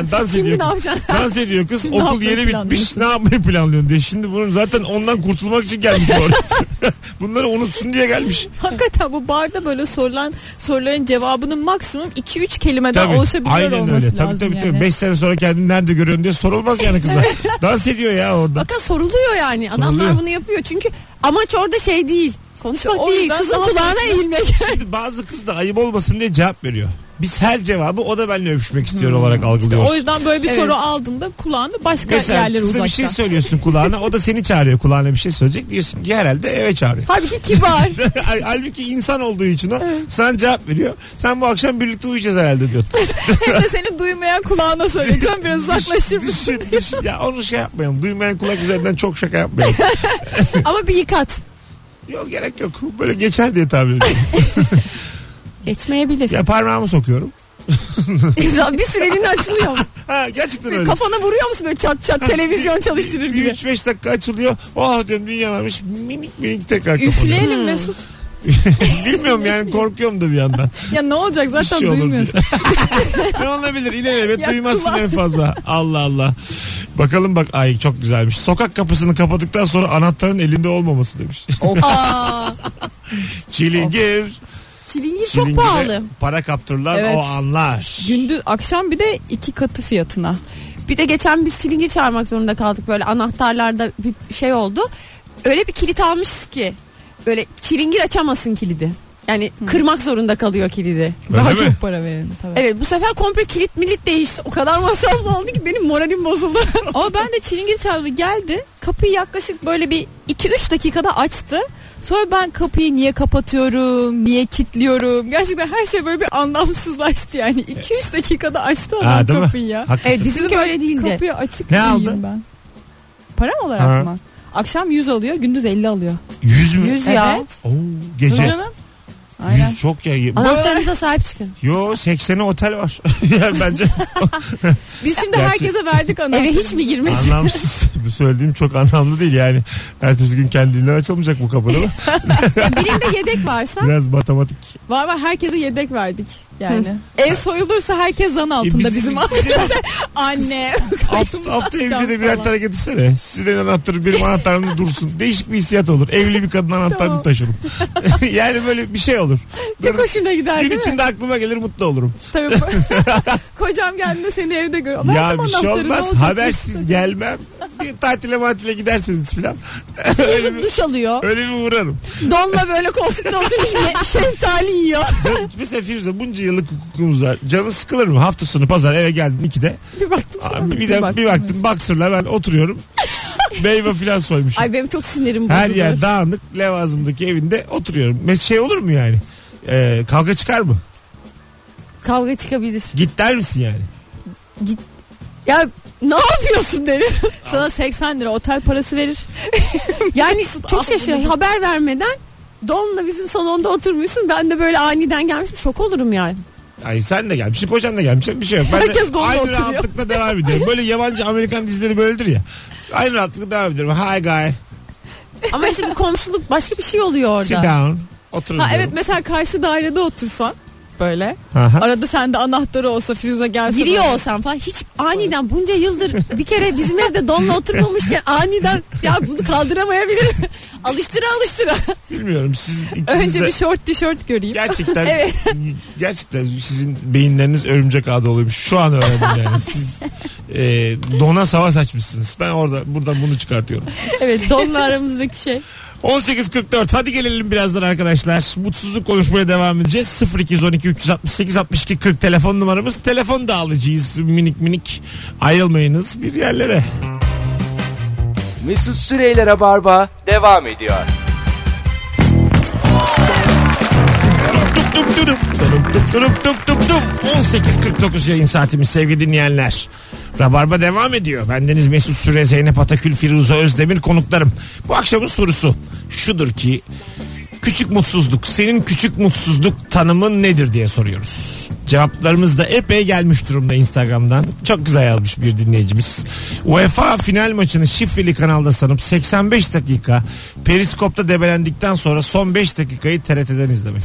dans, Şimdi ediyor, ne yapacaksın? dans ediyor kız. Şimdi ne Okul yapmayı yeni bitmiş. planlıyorsun? Ne yapmayı planlıyorsun diye. Şimdi bunun zaten ondan kurtulmak için gelmiş oraya. Bunları unutsun diye gelmiş. Hakikaten bu barda böyle sorulan soruların cevabının maksimum 2-3 kelimeden Tabii. oluşabiliyor Aynen olması öyle. lazım Tabii tabii yani. tabii. 5 sene sonra kendini nerede görüyorsun diye sorulmaz yani kıza. dans ediyor ya orada. Bakın soruluyor yani. Adamlar Soruluyor. bunu yapıyor. Çünkü amaç orada şey değil. Konuşmak İşte o değil. yüzden Kızın zaman kulağına sorusuna- eğilmek. Şimdi bazı kız da ayıp olmasın diye cevap veriyor. Biz her cevabı o da benimle öpüşmek istiyor olarak Hmm. İşte algılıyoruz. o yüzden böyle bir Evet. soru aldığında kulağını başka Mesela yerlere kıza uzakta. bir şey söylüyorsun kulağına o da seni çağırıyor kulağına bir şey söyleyecek diyorsun ki herhalde eve çağırıyor. Halbuki kibar. Hal- Halbuki insan olduğu için o sana cevap veriyor. Sen bu akşam birlikte uyuyacağız herhalde diyor. Hem de seni duymayan kulağına söyleyeceğim biraz şey uzaklaşır mısın? Düşün, düşün. Ya onu şey yapmayalım. Duymayan kulak üzerinden çok şaka yapmayalım. Ama bir yıkat. yok gerek yok. Böyle geçer diye tahmin ediyorum. Geçmeyebilir. Ya parmağımı sokuyorum. bir süreliğine açılıyor. Ha gerçekten öyle. Kafana vuruyor musun böyle çat çat televizyon çalıştırır Bir gibi. 3-5 dakika açılıyor. Oh diyorum dünya varmış. Minik minik tekrar kapanıyor. Üfleyelim Mesut. Bilmiyorum yani korkuyorum da bir yandan. Ya ne olacak Bir zaten şey olur diye. duymuyorsun. ne olabilir? İlelebet Ya duymazsın kulağın- en fazla. Allah Allah. Bakalım bak ay çok güzelmiş. Sokak kapısını kapadıktan sonra anahtarın elinde olmaması demiş. Aa, Çilingir. çilingir çok Çilingir'e pahalı. Para kaptırırlar Evet. o anlar. Gündüz akşam bir de iki katı fiyatına. Bir de geçen biz çilingir çağırmak zorunda kaldık böyle anahtarlarda bir şey oldu. Öyle bir kilit almışız ki böyle çilingir açamasın kilidi. Yani kırmak zorunda kalıyor kilidi. Öyle Daha mi? çok para verelim tabii. Evet bu sefer komple kilit milit değişti. O kadar masraflı oldu ki benim moralim bozuldu. Ama ben de çilingir çaldı geldi. Kapıyı yaklaşık böyle bir 2-3 dakikada açtı. Sonra ben kapıyı niye kapatıyorum, niye kilitliyorum. Gerçekten her şey böyle bir anlamsızlaştı yani. 2-3 dakikada açtı Ha, adam değil mi? kapıyı ya. Hakikaten. Evet bizimki öyle değildi. Kapıyı açık Ne mıyım aldı? ben? Para mı olarak Ha. mı? Akşam 100 alıyor, gündüz 50 alıyor. Yüz mü? Yüz ya. Evet. Oo, gece. Canım. Aynen. Yüz çok ya. Anahtarınıza sahip çıkın. Yo 80'e otel var. yani bence Biz şimdi Gerçi- herkese verdik anahtarı. Eve hiç mi girmesin? anlamsız. Bu söylediğim çok anlamlı değil yani. Ertesi gün kendiliğinden açılmayacak bu kapı değil mi? Birinde yedek varsa Biraz matematik. Var var herkese yedek verdik yani. Ev soyulursa herkes zan altında E, biz- bizim. Anne. Hafta, hafta evimize de birer Falan. tane getirsene. Sizin anahtarı benim anahtarımda dursun. Değişik bir hissiyat olur. Evli bir kadın anahtarını Tamam. taşırım. yani böyle bir şey olur. Çok hoşuna gider Gün değil mi? içinde aklıma gelir mutlu olurum. Tabii. Kocam geldiğinde seni evde görüyor. ya Verdim bir şey anahtarı, ne olmaz. olacak? Habersiz gelmem. Bir tatile matile gidersiniz filan. öyle, bir, duş alıyor. öyle bir uğrarım. Donla böyle koltukta oturmuş ye- şeftali yiyor. Can, mesela Firuze bunca yıllık hukukumuz var. Canı sıkılır mı? Hafta sonu pazar eve geldin ikide. Bir baktım. Aa, Bir, Bir de, baktım. bir baktım boxer'la ben oturuyorum. Meyve filan soymuşum. Ay benim çok sinirim bozulur. Her yer dağınık Levazım'daki evinde oturuyorum. Mes- Şey olur mu yani? Ee, kavga çıkar mı? Kavga çıkabilir. Git der misin yani? Ya ne yapıyorsun derim. Sana 80 lira otel parası verir. Yani çok al şaşırıyorum. bunu. Haber vermeden Don'la bizim salonda oturmuşsun. Ben de böyle aniden gelmişim. Şok olurum yani. Ay sen de gelmişsin, kocan da gelmiş. Bir şey yok. Ben de Herkes donla aynı oturuyor. rahatlıkla devam ediyorum. Böyle yabancı Amerikan dizileri böyledir ya. Aynı rahatlıkla devam ediyorum. Hi guy, Ama işte bu komşuluk başka bir şey oluyor sit orada. down. Oturun Ha evet diyorum. mesela karşı dairede otursan böyle. Aha. Arada sende anahtarı olsa Firuze gelse. Giriyor böyle. olsam falan hiç aniden bunca yıldır bir kere bizim evde donla oturmamışken aniden ya bunu kaldıramayabilirim. alıştıra alıştıra. Bilmiyorum siz ikiniz Önce de bir şey- şort tişört göreyim. gerçekten Evet. gerçekten sizin beyinleriniz örümcek ağı doluymuş. Şu an öğrendim yani. Siz e, dona sava saçmışsınız. Ben orada buradan bunu çıkartıyorum. Evet donla aramızdaki şey. 18.44 hadi gelelim birazdan arkadaşlar. Mutsuzluk konuşmaya devam edeceğiz. 0212 368 62 40 telefon numaramız. Telefon da alacağız minik minik. Ayrılmayınız bir yerlere. Mesut Süreyler'e barba devam ediyor. Dup dup durup, durup dup durup dup dup dup. 18.49 yayın saatimiz sevgili dinleyenler. Rabarba devam ediyor. Bendeniz Mesut Süre, Zeynep Atakül, Firuze Özdemir konuklarım. Bu akşamın sorusu şudur ki küçük mutsuzluk, senin küçük mutsuzluk tanımın nedir diye soruyoruz. Cevaplarımız da epey gelmiş durumda Instagram'dan. Çok güzel yazmış bir dinleyicimiz. UEFA final maçını şifreli kanalda sanıp 85 dakika periskopta debelendikten sonra son 5 dakikayı TRT'den izlemek.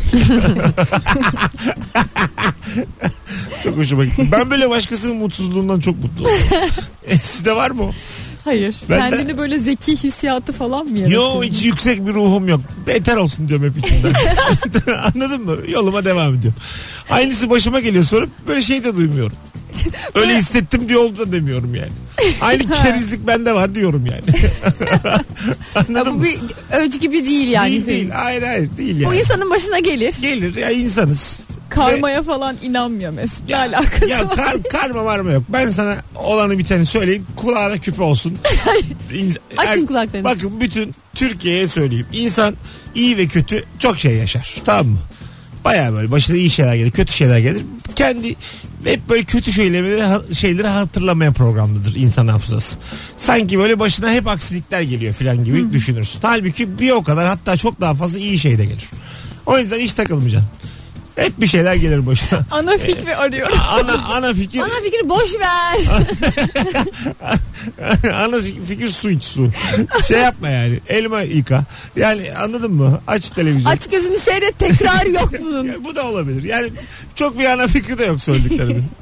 çok hoşuma gitti. Ben böyle başkasının mutsuzluğundan çok mutlu oluyorum. E, Sizde var mı? o? Hayır. Ben de- Kendini böyle zeki hissiyatı falan mı yaratıyor? Yo hiç yüksek bir ruhum yok. Beter olsun diyorum hep içimden. Anladın mı? Yoluma devam ediyorum. Aynısı başıma geliyor sonra böyle şey de duymuyorum. Öyle hissettim diye oldu da demiyorum yani. Aynı kerizlik bende var diyorum yani. Ya Anladın bu mı? bir öcü gibi değil yani. değil senin. değil. Hayır hayır değil Bu yani. insanın başına gelir. Gelir ya insanız. Karmaya falan inanmıyor Mesut. Ne Ya, alakası ya var? kar, karma marma yok. Ben sana olanı biteni söyleyeyim. Kulağına küpe olsun. İns- Açın Er- kulaklarını. Bakın bütün Türkiye'ye söyleyeyim. İnsan iyi ve kötü çok şey yaşar. Tamam mı? Baya böyle başına iyi şeyler gelir, kötü şeyler gelir. Kendi hep böyle kötü şeyleri, ha- şeyleri hatırlamaya programlıdır insan hafızası. Sanki böyle başına hep aksilikler geliyor filan gibi düşünürsün. Halbuki bir o kadar hatta çok daha fazla iyi şey de gelir. O yüzden hiç takılmayacaksın. Hep bir şeyler gelir başına. Ana fikri arıyor. Ana, ana fikir Ana fikri boş ver. ana fikir su iç su. Şey yapma yani. Elma yıka. Yani anladın mı? Aç televizyon. Aç gözünü seyret tekrar yok bunun. Ya bu da olabilir. Yani çok bir ana fikri de yok söylediklerimin.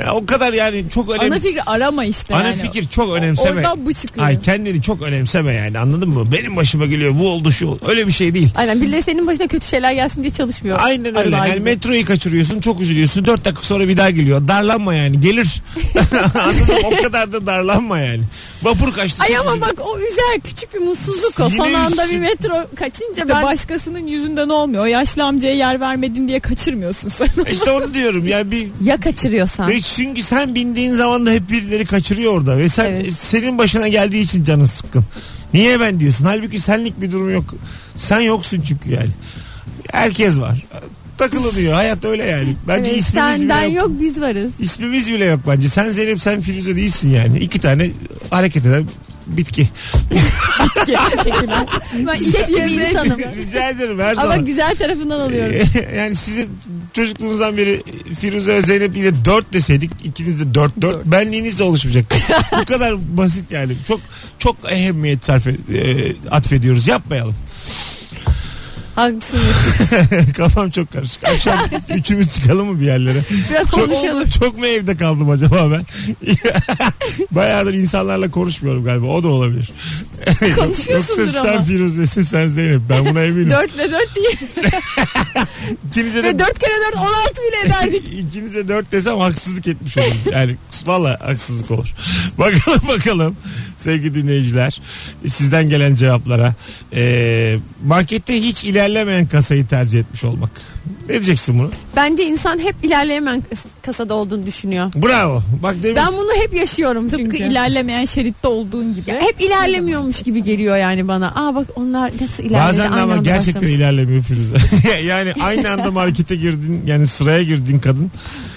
Ya o kadar yani çok önemli. Ana fikri arama işte Ana yani. fikir çok önemseme. Oradan bu çıkıyor. Ay kendini çok önemseme yani anladın mı? Benim başıma geliyor bu oldu şu oldu. Öyle bir şey değil. Aynen bir de senin başına kötü şeyler gelsin diye çalışmıyor. Aynen öyle. Arılar Yani gibi. metroyu kaçırıyorsun çok üzülüyorsun. Dört dakika sonra bir daha geliyor. Darlanma yani gelir. Anladın mı? O kadar da darlanma yani. Vapur kaçtı. Ay çok ama üzüldüm. bak o üzer küçük bir mutsuzluk o. Yine Son anda üz- bir metro kaçınca Bir de ben... başkasının yüzünden olmuyor. O yaşlı amcaya yer vermedin diye kaçırmıyorsun sen. İşte onu diyorum ya bir Ya kaçırıyorsan. ve çünkü sen bindiğin zaman da hep birileri kaçırıyor orada ve sen Evet. senin başına geldiği için canın sıkkın. Niye ben diyorsun? Halbuki senlik bir durum yok. Sen yoksun çünkü yani. Herkes var. Takılınıyor. Hayat öyle yani. Bence Evet, ismimiz sen bile ben yok. yok biz varız. İsmimiz bile yok bence. Sen Zeynep sen Firuze değilsin yani. İki tane hareket eden bitki. Teşekkürler. Ben Çiçek iki gibi yerde- insanım. Rica ederim her Ama zaman. güzel tarafından alıyorum. yani size çocukluğunuzdan beri Firuze ve Zeynep ile 4 deseydik ikiniz de 4 4 benliğiniz de oluşmayacaktı. Bu kadar basit yani. Çok çok ehemmiyet sarf e, atfediyoruz. Yapmayalım. Haklısın. Kafam çok karışık. Akşam üçümüz çıkalım mı bir yerlere? Biraz Çok, konuşalım. çok mu evde kaldım acaba ben? Bayağıdır insanlarla konuşmuyorum galiba. O da olabilir. Konuşuyorsundur Yoksa sen ama. Firuze'sin sen Zeynep. Ben buna eminim. Dört ve dört değil. İkinize de ve dört kere dört on altı bile eder. İkinize dört desem haksızlık etmiş olurum. Yani valla haksızlık olur. Bakalım bakalım sevgili dinleyiciler sizden gelen cevaplara. Ee, markette hiç ilerlemeyen kasayı tercih etmiş olmak. Ne diyeceksin bunu? Bence insan hep ilerleyemeyen kasada olduğunu düşünüyor. Bravo. Bak demin Ben bunu hep yaşıyorum çünkü. Tıpkı ilerlemeyen şeritte olduğun gibi. Ya hep ilerlemiyormuş gibi geliyor yani bana. Aa bak onlar nasıl ilerledi. Bazen de aynı ama anda gerçekten başlamış. ilerlemiyor Firuze. yani aynı anda markete girdin yani sıraya girdin kadın.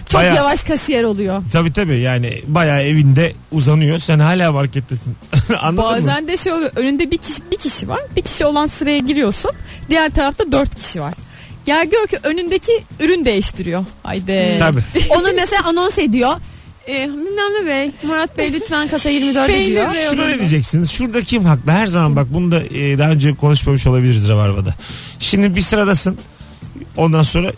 Çok Bayağı- yavaş kasiyer oluyor. Tabii tabii yani bayağı evinde uzanıyor. Sen hala markettesin. Anladın mı? Bazen de şey oluyor. Önünde bir kişi bir kişi var. Bir kişi olan sıraya giriyorsun. Diğer tarafta dört kişi var. Gel gör ki önündeki ürün değiştiriyor. e, Hmm. Haydi. Tabii. Onu mesela anons ediyor. Ee, bilmem ne bey. Murat Bey lütfen kasa 24 Peynir diyor. ve- Şuna ne diyeceksiniz? Şurada kim haklı? Her zaman bak bunu da e, daha önce konuşmamış olabiliriz Rabarba'da. Şimdi bir sıradasın. Ondan sonra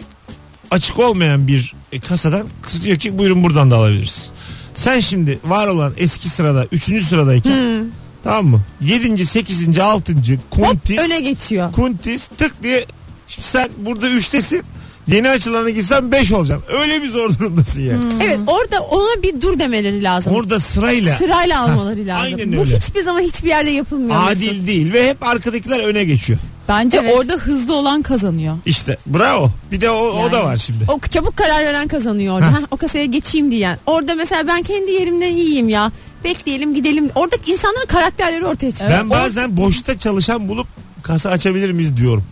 açık olmayan bir e, kasadan kız diyor ki buyurun buradan da alabiliriz. Sen şimdi var olan eski sırada 3. sıradayken tamam mı? 7. 8. 6. kuntis Öne geçiyor. kuntis tık diye şimdi sen burada 3'tesin. Yeni açılana gitsen 5 olacaksın. Öyle bir zor durumdasın yani. Evet orada ona bir dur demeleri lazım. Orada sırayla Sırayla almaları lazım. aynen Bu öyle. hiçbir zaman hiçbir yerde yapılmıyor. Mesut. adil değil ve hep arkadakiler öne geçiyor. Bence Evet. orada hızlı olan kazanıyor. İşte bravo. Bir de o, o Yani. da var şimdi. O çabuk karar veren kazanıyor orada. Heh. Ha, o kasaya geçeyim diyen. Orada mesela ben kendi yerimden iyiyim ya. Bekleyelim gidelim. Orada insanların karakterleri ortaya çıkıyor. ben bazen boşta çalışan bulup kasa açabilir miyiz diyorum.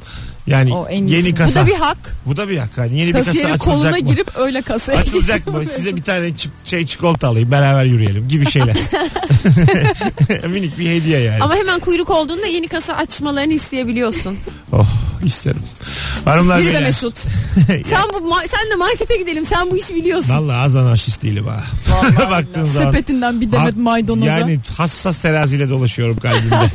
Yani O en iyisi. yeni Bu Bu kasa. da bir hak. Bu da bir hak. Yani yeni bir kasa Kasiyerin açılacak koluna mı? girip öyle kasaya Açılacak mı? Size bir tane çi- şey çikolata alayım beraber yürüyelim gibi şeyler. Minik bir hediye yani. Ama hemen kuyruk olduğunda yeni kasa açmalarını isteyebiliyorsun. Oh isterim. Hanımlar Yürü be beyler. Mesut. sen bu ma- sen de markete gidelim. Sen bu işi biliyorsun. Vallahi az anarşist değilim ha. Baktığın zaman. Sepetinden bir demet Ha- maydanoza. Yani hassas teraziyle dolaşıyorum kalbimde.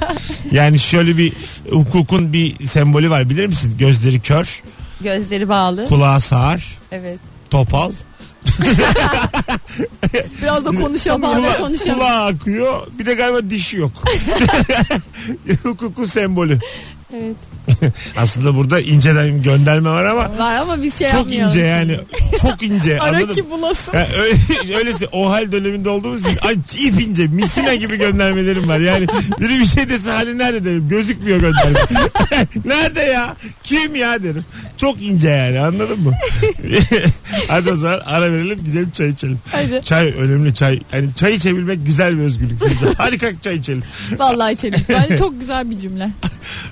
yani şöyle bir hukukun bir sembolü var bilir misin? Gözleri kör, Gözleri bağlı. kulağı sağır, Evet. topal. Biraz da konuşamam. Bağlı konuşamıyor. Kulağı akıyor. Bir de galiba dişi yok. Hukukun sembolü. Evet. Aslında burada inceden gönderme var ama Var ama biz şey çok yapmıyoruz. ince yani. Çok ince. Ara anladın mı? ki bulasın. Ya öyle, öylesi o hal döneminde olduğumuz için ay ip ince misina gibi göndermelerim var. Yani biri bir şey dese hani nerede derim gözükmüyor gönderme. nerede ya? Kim ya derim. Çok ince yani anladın mı? Hadi o zaman ara verelim gidelim çay içelim. Hadi. Çay önemli çay. Yani çay içebilmek güzel bir özgürlük. Güzel. Hadi kalk çay içelim. Vallahi içelim. Bence çok güzel bir cümle.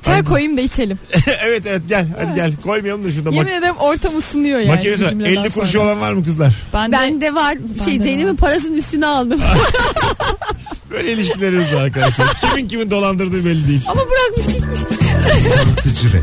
Çay Aynen. koyayım da içelim. evet evet gel hadi gel koymayalım da şurada E, mak- Yemin ederim ortam ısınıyor yani. makinesi bu var. cümleden 50 kuruşu sonra. olan var mı kızlar? Ben, de Ben de var. Şey de Zeynep'in var. parasının üstüne aldım. Böyle ilişkilerimiz var arkadaşlar. Kimin kimin dolandırdığı belli değil. ama bırakmış gitmiş. Altıcı Reklam